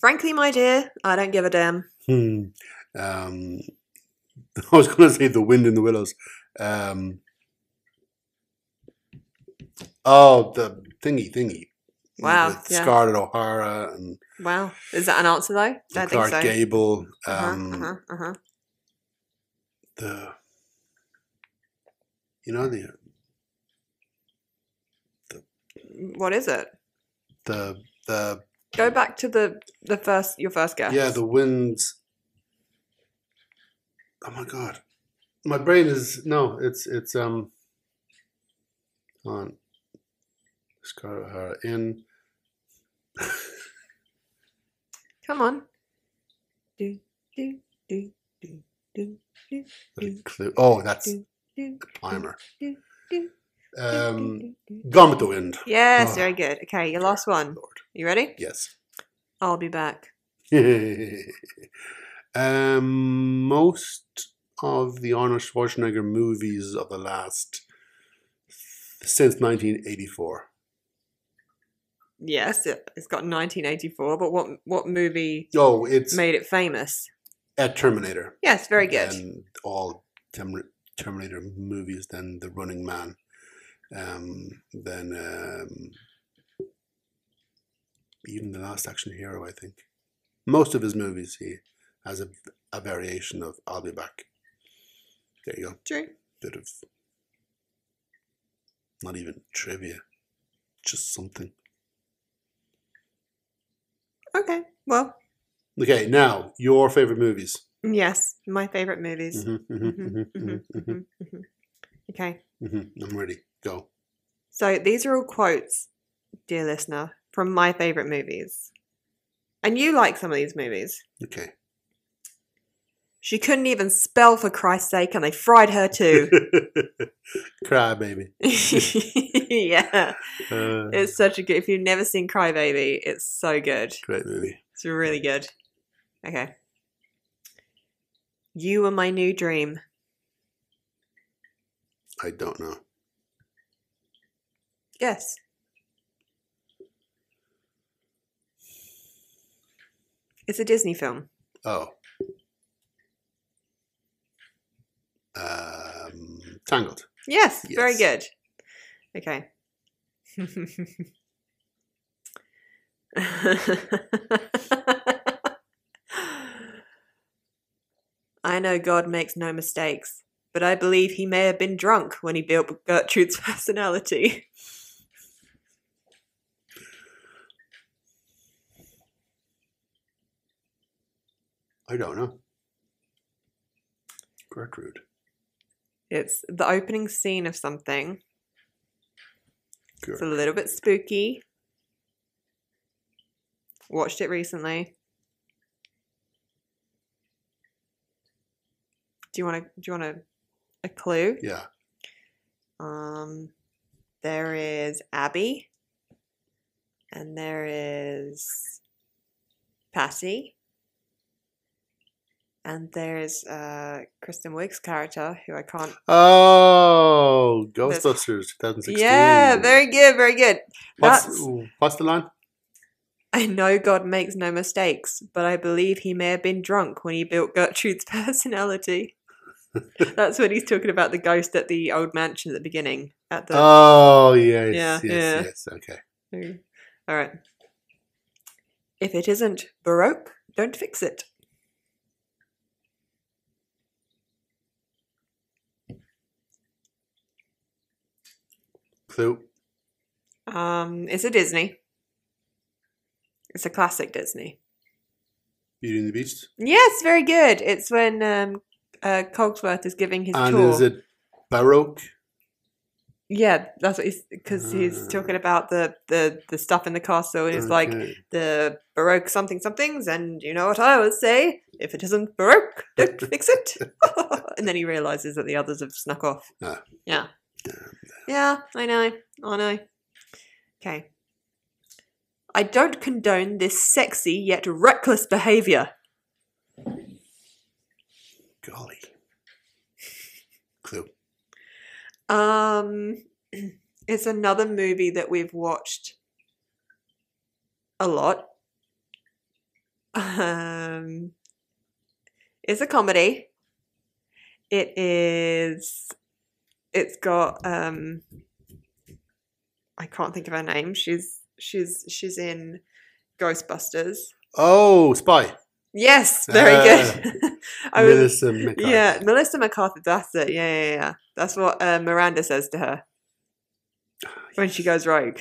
C: Frankly, my dear, I don't give a damn.
E: Hmm. Um, I was going to say The Wind in the Willows. Um, oh, the thingy thingy.
C: Wow,
E: With
C: yeah.
E: Scarlett O'Hara and,
C: Wow. Is that an answer, though?
E: and Clark Gable. Um,
C: Uh-huh, uh-huh, uh-huh.
E: The. You know, the,
C: What is it?
E: the, the,
C: Go back to the the first your first guess.
E: yeah, the winds. Oh my god, my brain is no, it's it's um. hold on, Scarlett O'Hara in.
C: Come on. Do do do do do do
E: Little clue. Oh, that's
C: do do.
E: Climber.
C: do, do,
E: Um,
C: do, do.
E: Gone with the Wind.
C: Yes,
E: Ah.
C: very good. Okay, your last one.
E: Lord.
C: You ready?
E: Yes.
C: I'll be back.
E: um, most of the Arnold Schwarzenegger movies of the last since 1984.
C: Yes, it, it's got 1984, but what what movie
E: Oh, it's
C: made it famous?
E: at Terminator.
C: Yes, very good.
E: And all Term- Terminator movies, then The Running Man, um, then um, even The Last Action Hero, I think. Most of his movies, he has a, a variation of I'll Be Back. There you go.
C: True.
E: Bit of not even trivia, just something.
C: Okay. Well,
E: Okay, now your favorite movies.
C: yes, my favorite movies.
E: Mhm, mhm, mhm,
C: Mhm,
E: mhm, mhm,
C: mhm, mhm. Okay.
E: mhm. I'm ready. Go.
C: So these are all quotes, dear listener, from my favorite movies. And you like some of these movies.
E: Okay.
C: She couldn't even spell for Christ's sake, and they fried her too.
E: Cry, baby.
C: yeah,
E: Uh,
C: it's such a good. If you've never seen Cry Baby, it's so good.
E: great movie.
C: It's really good. Okay. You were my new dream.
E: I don't know.
C: Yes. It's a Disney film.
E: Oh. Um, Tangled.
C: Yes, very good.
E: Yes.
C: Okay. I know God makes no mistakes, but I believe he may have been drunk when he built Gertrude's personality.
E: I don't know. Gertrude.
C: It's the opening scene of something. It's a
E: Gertrude.
C: little bit spooky. Watched it recently. Do you want to? Do you want a, a clue?
E: Yeah.
C: Um, there is Abby, and there is Patty, and there is uh, Kristen Wiig's character who I can't.
E: Oh,
C: There's-
E: Ghostbusters 2016.
C: Yeah, very good, very good.
E: What's,
C: that's-
E: ooh, what's the line?
C: I know God makes no mistakes, but I believe he may have been drunk when he built Gertrude's personality. That's when he's talking about the ghost at the old mansion at the beginning. At the
E: Oh, yes,
C: Yeah,
E: yes,
C: yeah.
E: yes. Okay.
C: all right. If it isn't baroque, don't fix it.
E: Clue.
C: Um, it's a Disney. It's a classic Disney.
E: Beauty and the Beast.
C: Yes, very good. It's when um, uh, Cogsworth is giving his
E: and
C: tour.
E: is it Baroque?
C: Yeah, that's what he's because he's
E: Ah.
C: talking about the, the the stuff in the castle, and it's like
E: Okay.
C: the baroque something somethings, and you know what I always say: if it isn't baroque, don't fix it. and then he realizes that the others have snuck off.
E: Ah.
C: Yeah, yeah, I know, I know. Okay, I don't condone this sexy yet reckless behavior.
E: Golly. Clue.
C: Um, it's another movie that we've watched a lot. Um, it's a comedy. It is. It's got. Um, I can't think of her name. She's she's she's in Ghostbusters.
E: Oh, Spy.
C: Yes, very good. I was
E: Melissa McCarthy.
C: yeah, Melissa McCarthy. That's it. Yeah, yeah, yeah. That's what uh, Miranda says to her when she goes rogue.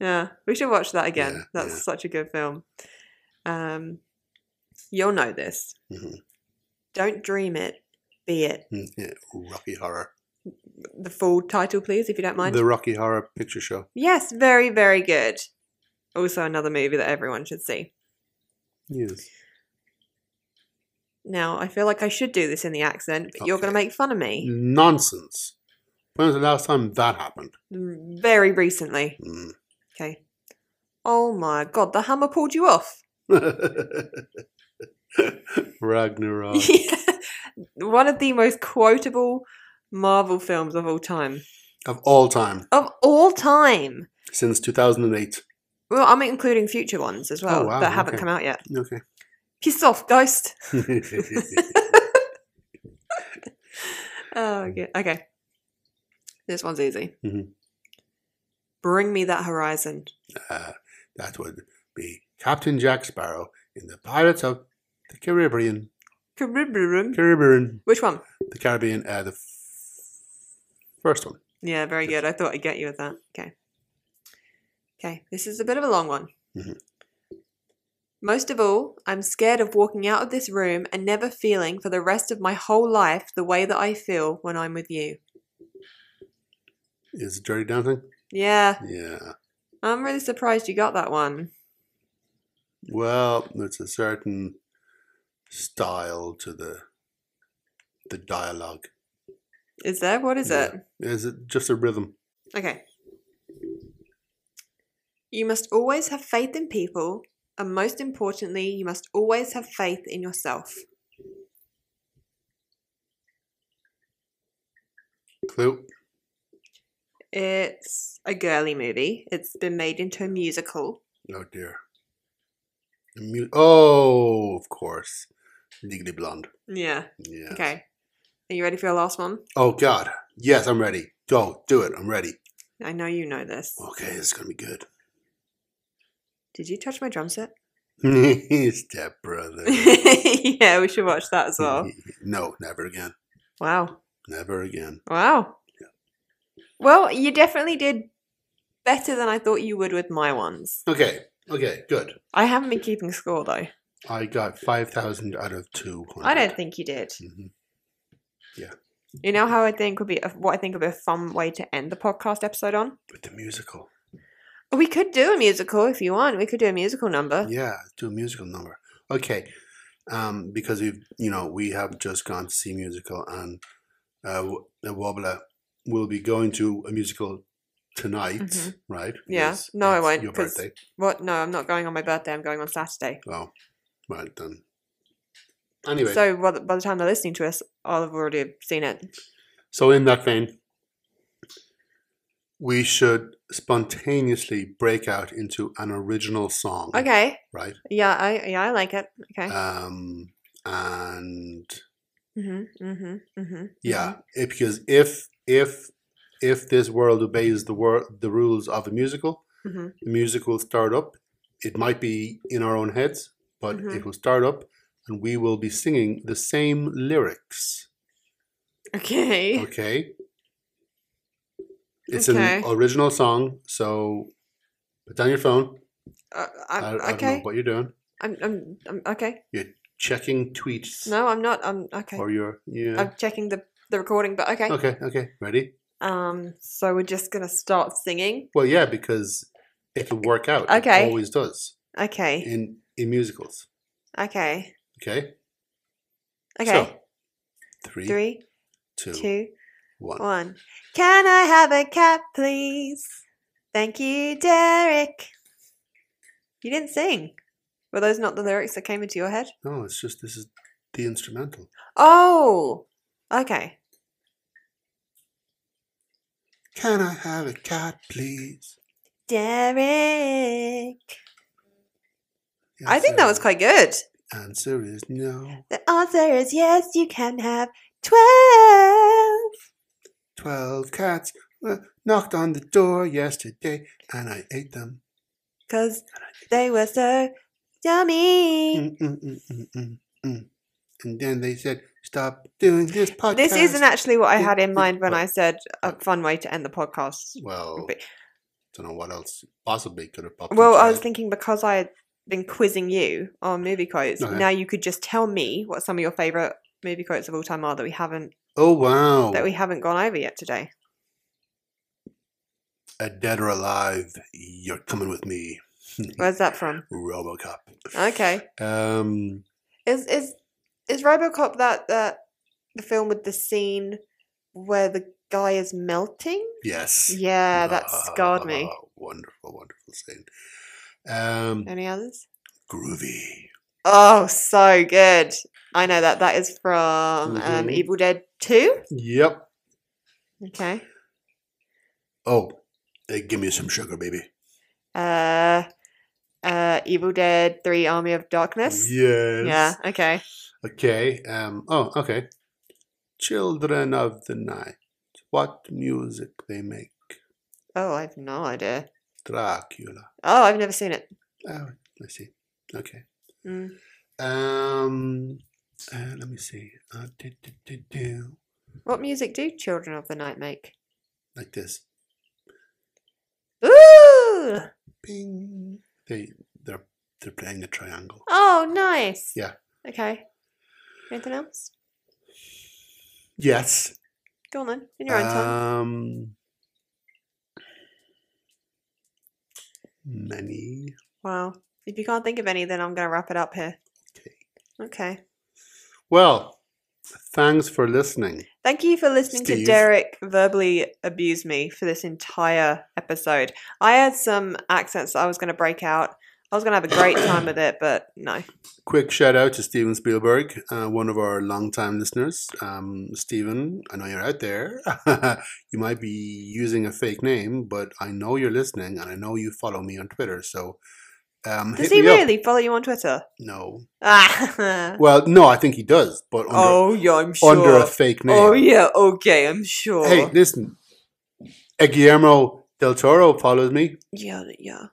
C: Yeah, we should watch that again.
E: Yeah,
C: That's
E: yeah.
C: such a good film. Um, you'll know this.
E: Mhm.
C: Don't dream it, be it.
E: Mm, yeah, Rocky Horror.
C: The full title, please, if you don't mind.
E: The Rocky Horror Picture Show.
C: yes, very, very good. Also, another movie that everyone should see.
E: Yes.
C: Now, I feel like I should do this in the accent, but you're going to make fun of me.
E: Nonsense. When was the last time that happened?
C: Very recently.
E: Mm.
C: Okay. Oh my god, the hammer pulled you off.
E: Ragnarok.
C: One of the most quotable Marvel films of all time.
E: of all time
C: Of all time.
E: since 2008.
C: Well, I'm including future ones as well
E: wow,
C: that haven't
E: okay.
C: come out yet.
E: Okay.
C: Piss off, ghost.
E: That's
C: Oh, okay. okay. This one's easy.
E: Mhm.
C: Bring me that horizon.
E: Uh, that would be Captain Jack Sparrow in the Pirates of the Caribbean.
C: Caribbean.
E: Caribbean.
C: Which one?
E: The Caribbean. Uh, the f- first one.
C: Yeah, very good. I thought I'd get you with that. Okay. Okay, this is a bit of a long one.
E: Mhm.
C: Most of all, I'm scared of walking out of this room and never feeling for the rest of my whole life the way that I feel when I'm with you.
E: Is it Dirty Dancing?
C: Yeah,
E: Yeah.
C: I'm really surprised you got that one.
E: Well, there's a certain style to the the dialogue.
C: Is there? What is
E: Yeah.
C: it?
E: Is it just a rhythm?
C: Okay. You must always have faith in people, and most importantly, you must always have faith in yourself.
E: Clue.
C: It's a girly movie. It's been made into a musical.
E: Oh dear. The mu- oh, of course. Legally Blonde.
C: Yeah.
E: Yeah.
C: Okay. Are you ready for your last one?
E: Oh God. Yes, I'm ready. Go, do it. I'm ready.
C: I know you know this.
E: Okay, this is gonna be good.
C: Did you touch my drum set?
E: Step brother.
C: yeah, we should watch that as
E: Mm-hmm.
C: well.
E: no, never again.
C: Wow.
E: Never again.
C: Wow. Well, you definitely did better than I thought you would with my ones.
E: Okay. Okay. Good.
C: I haven't been keeping score though.
E: I got five thousand out of two hundred.
C: I don't think you did.
E: Mhm.
C: You know how I think would be a, what I think would be a fun way to end the podcast episode on.
E: With the musical.
C: We could do a musical if you want. We could do a musical number.
E: Yeah, do a musical number. Okay. Um, because we've you know we have just gone to see musical and uh, w- the Wobbler will be going to a musical tonight,
C: Mhm.
E: right?
C: Yeah.
E: Yes,
C: No, I
E: it's
C: won't,
E: Your
C: 'cause-
E: birthday.
C: What? No, I'm not going on my birthday. I'm going on Saturday.
E: Oh, right then. Anyway, so,
C: So by the, by the time they're listening to us, I'll have already seen it.
E: in that vein, we should spontaneously break out into an original song,
C: Okay.
E: right?
C: Yeah, I yeah I like it. Okay.
E: Um, and
C: mhm. Mhm. Mhm.
E: Yeah, it, because if if if this world obeys the wor- the rules of a musical,
C: Mhm.
E: the music will start up. It might be in our own heads, but
C: Mhm.
E: it will start up, and we will be singing the same lyrics.
C: Okay.
E: Okay. It's
C: Okay.
E: an original song, so put down your phone,
C: Uh,
E: I,
C: I'm,
E: I don't know
C: okay.
E: what you're doing.
C: I'm, I'm, I'm okay.
E: You're checking tweets.
C: No, I'm not. I'm okay.
E: Or you're yeah.
C: I'm checking the the recording, but okay.
E: okay, okay, ready?
C: Um, so we're just gonna start singing.
E: Well, yeah, because it can work out.
C: Okay.
E: It always does
C: Okay.
E: in in musicals.
C: Okay.
E: Okay.
C: Okay.
E: So, three,
C: Three,
E: two,
C: two,
E: one.
C: one. Can I have a cat, please? Thank you, Derek. You didn't sing. Were those not the lyrics that came into your head?
E: No, Oh, it's just this is the instrumental.
C: Oh, okay.
E: Can I have a cat, please?
C: Derek. I
E: Yes,
C: think that was
E: sir.
C: quite good.
E: Answer is no.
C: The answer is yes, you can have 12.
E: Twelve cats uh, knocked on the door yesterday, and I ate them.
C: Because they were so yummy.
E: Mm, mm, mm, mm, mm, mm. And then they said, "Stop doing this podcast."
C: Oh, This isn't actually what I had in mind when
E: What? Oh.
C: I said a fun way to end the podcast.
E: Well,
C: But-
E: don't know what else possibly could have popped.
C: Well,
E: into
C: I was
E: it.
C: thinking because I had been quizzing you on movie quotes,
E: Okay.
C: now you could just tell me what some of your favourite movie quotes of all time are that we haven't
E: Oh wow!
C: that we haven't gone over yet today.
E: A dead or alive, you're coming with me.
C: Where's that from?
E: RoboCop.
C: Okay.
E: Um,
C: Is is is RoboCop that that the film with the scene where the guy is melting?
E: yes. Ah,
C: Yeah, that scarred me.
E: Wonderful, wonderful scene. Um,
C: Any others?
E: groovy.
C: Oh, so good. I know that that is from um,
E: Mhm.
C: Evil Dead Two.
E: Yep.
C: Okay.
E: Oh, eh, give me some sugar, baby.
C: Uh, uh, Evil Dead Three: Army of Darkness.
E: Yes.
C: Yeah. Okay.
E: Okay. Um. Oh. Okay. Children of the night, what music they make?
C: Oh, I have no idea.
E: Dracula.
C: Oh, I've never seen it.
E: Oh, I see. Okay.
C: Mm.
E: Um. Uh, let me see. Uh, do, do, do, do.
C: What music do Children of the Night make?
E: Like this.
C: Ooh!
E: Bing. They they're they're playing a triangle.
C: Oh, nice.
E: Yeah.
C: Okay. Anything else?
E: Yes.
C: Go on then. In your own time.
E: Um. Many.
C: Wow. If you can't think of any, then I'm going to wrap it up here.
E: Okay.
C: Okay.
E: Well, thanks for listening.
C: Thank you for listening to
E: Steve.
C: Derek verbally abuse me for this entire episode. I had some accents that I was going to break out. I was going to have a great time with it, but no.
E: Quick shout out to Steven Spielberg, uh, one of our longtime listeners. Um, Steven, I know you're out there. you might be using a fake name, but I know you're listening and I know you follow me on Twitter. So, um,
C: Does
E: hit
C: he
E: me up.
C: really follow you on Twitter?
E: No.
C: Ah.
E: Well, no, I think he does, but under,
C: oh, yeah, I'm sure.
E: under a fake name.
C: Oh, yeah, okay, I'm sure.
E: Hey, listen. A Guillermo del Toro follows me.
C: Yeah, yeah.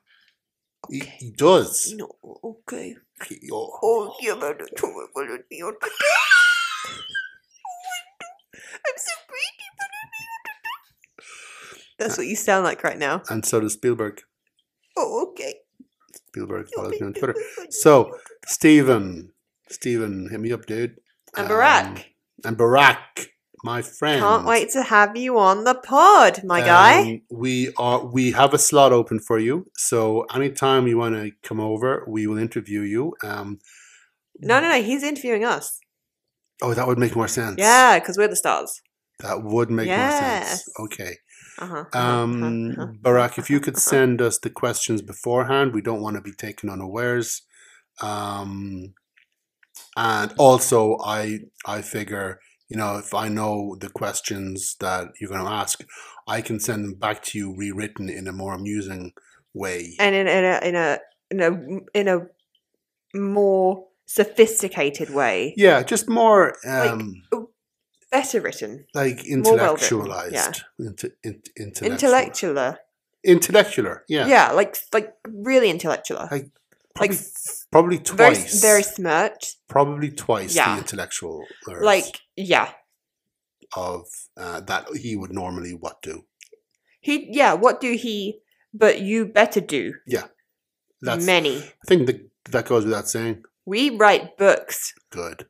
E: He, he does.
C: No, okay.
E: He- oh.
C: Oh, yeah, man, I don't want to be on Twitter. I'm so greedy, but I'm not on Twitter. That's what you sound like right now.
E: And so does Spielberg.
C: Oh, okay.
E: Spielberg follows me on Twitter. So, Stephen, Stephen, hit me up, dude.
C: And
E: Um,
C: Barack,
E: and Barack, my friend.
C: can't wait to have you on the pod, my guy.
E: Um, we are we have a slot open for you. So anytime you want to come over, we will interview you. Um,
C: No, no, no, he's interviewing us.
E: oh, that would make more sense.
C: Yeah, because we're the stars.
E: that would make
C: Yes.
E: more sense. Okay,
C: Uh huh.
E: um,
C: uh-huh.
E: Barack, if you could send us the questions beforehand, we don't want to be taken unawares. Um, and also, I I figure you know if I know the questions that you're going to ask, I can send them back to you rewritten in a more amusing way.
C: And in, in a in a in a in a more sophisticated way,
E: yeah, just more um,
C: better written,
E: like,
C: more well written,
E: intellectualized,
C: yeah.
E: Inte- in- intellectual,
C: intellectual.
E: intellectular. Yeah,
C: Yeah. like like really intellectual.
E: Like,
C: like
E: probably, probably
C: very
E: twice,
C: very smart.
E: probably twice
C: Yeah.
E: the intellectual.
C: Like yeah.
E: of uh, that he would normally what do.
C: He yeah, what do he but you better do.
E: That's
C: Many.
E: I think the, that goes without saying.
C: We write books.
E: Good.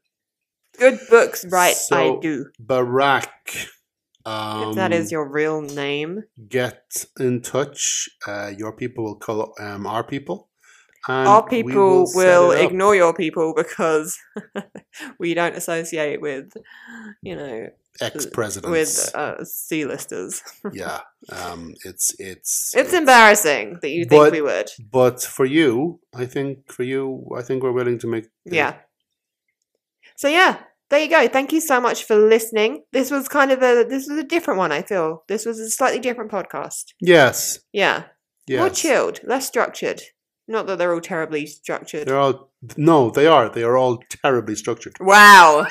C: Good books, right? I
E: So-
C: do.
E: Barack. Um,
C: If that is your real name,
E: get in touch. Uh, your people will call um, our people. And
C: our
E: we
C: people
E: set
C: will,
E: it up.
C: ignore your people because we don't associate with, you know,
E: ex-presidents.
C: with uh, C-listers.
E: yeah, um, it's it's
C: It's embarrassing that you think
E: But-
C: we would.
E: But for you, I think for you, I think we're willing to make. the-
C: Yeah. So yeah, there you go. Thank you so much for listening. This was kind of a this was a different one. I feel this was a slightly different podcast.
E: Yes.
C: Yeah,
E: Yes.
C: more chilled, less structured. Not that they're all terribly structured.
E: They're all no, they are. They are all terribly structured.
C: Wow.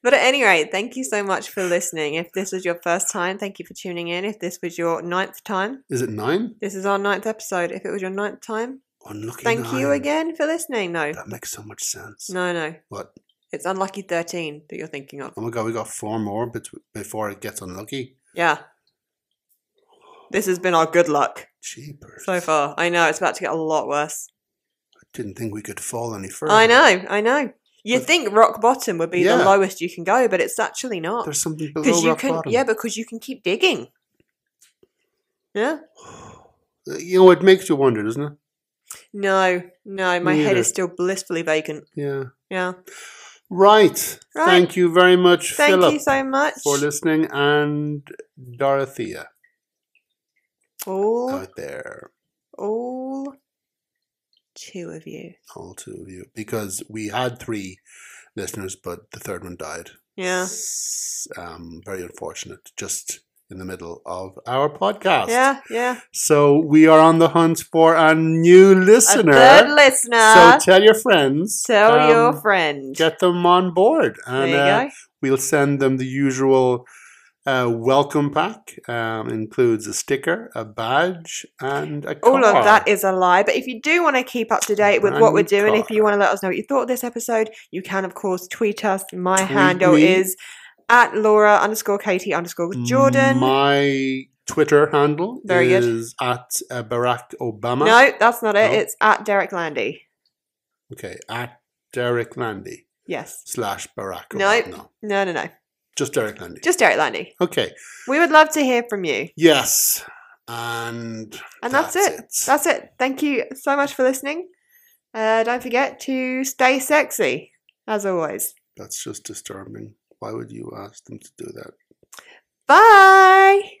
C: But at any rate, thank you so much for listening. If this was your first time, thank you for tuning in. If this was your ninth time,
E: is it nine?
C: this is our ninth episode. If it was your ninth time,
E: Unlucky.
C: thank you
E: nine.
C: again for listening. No,
E: That makes so much sense.
C: no, no.
E: What?
C: It's unlucky 13 that you're thinking of.
E: Oh my god, we got four more bet- before it gets unlucky.
C: Yeah. This has been our good luck
E: Cheaper.
C: so far. I know, it's about to get a lot worse.
E: Didn't think we could fall any further.
C: I know, I know. You
E: But-
C: think rock bottom would be the
E: Yeah.
C: lowest you can go, but it's actually not.
E: There's something below
C: Because you
E: rock
C: can,
E: bottom.
C: yeah, because you can keep digging. Yeah?
E: You know, it makes you wonder, doesn't it?
C: No, no, my head
E: Neither.
C: is still blissfully vacant.
E: Yeah.
C: Yeah.
E: Right.
C: Right.
E: Thank you very much,
C: Thank
E: Philip,
C: you so much.
E: for listening, and Dorothea
C: all, Oh.
E: out there,
C: all two of you.
E: all two of you, because we had three listeners, but the third one died.
C: Yeah.
E: S- Um, very unfortunate. Just in the middle of our podcast.
C: Yeah, yeah.
E: So we are on the hunt for a new
C: A
E: listener.
C: third listener.
E: eh? So tell your friends.
C: Tell your
E: um,
C: friend.
E: Get them on board. And,
C: there you
E: uh,
C: go.
E: We'll send them the usual uh, welcome pack. Um, includes a sticker, a badge, and a
C: All of
E: card.
C: Oh, that is a lie. But if you do want to keep up to date with what
E: Brand
C: we're
E: new
C: doing, if
E: car.
C: you want to let us know what you thought of this episode, you can, of course, tweet us. My
E: Tweet
C: handle
E: me.
C: is at Laura underscore Katie underscore Jordan.
E: My Twitter handle
C: Very good.
E: is at uh, Barack Obama.
C: no, that's not it.
E: No.
C: It's at Derek Landy.
E: Okay, at Derek Landy
C: Yes.
E: slash Barack
C: No.
E: Obama. No,
C: No, no, no.
E: just Derek Landy.
C: Just Derek Landy.
E: okay.
C: We would love to hear from you.
E: Yes. And
C: And that's, it. That's it. Thank you so much for listening. Uh, don't forget to stay sexy, as always.
E: That's just disturbing. Why would you ask them to do that?
C: Bye.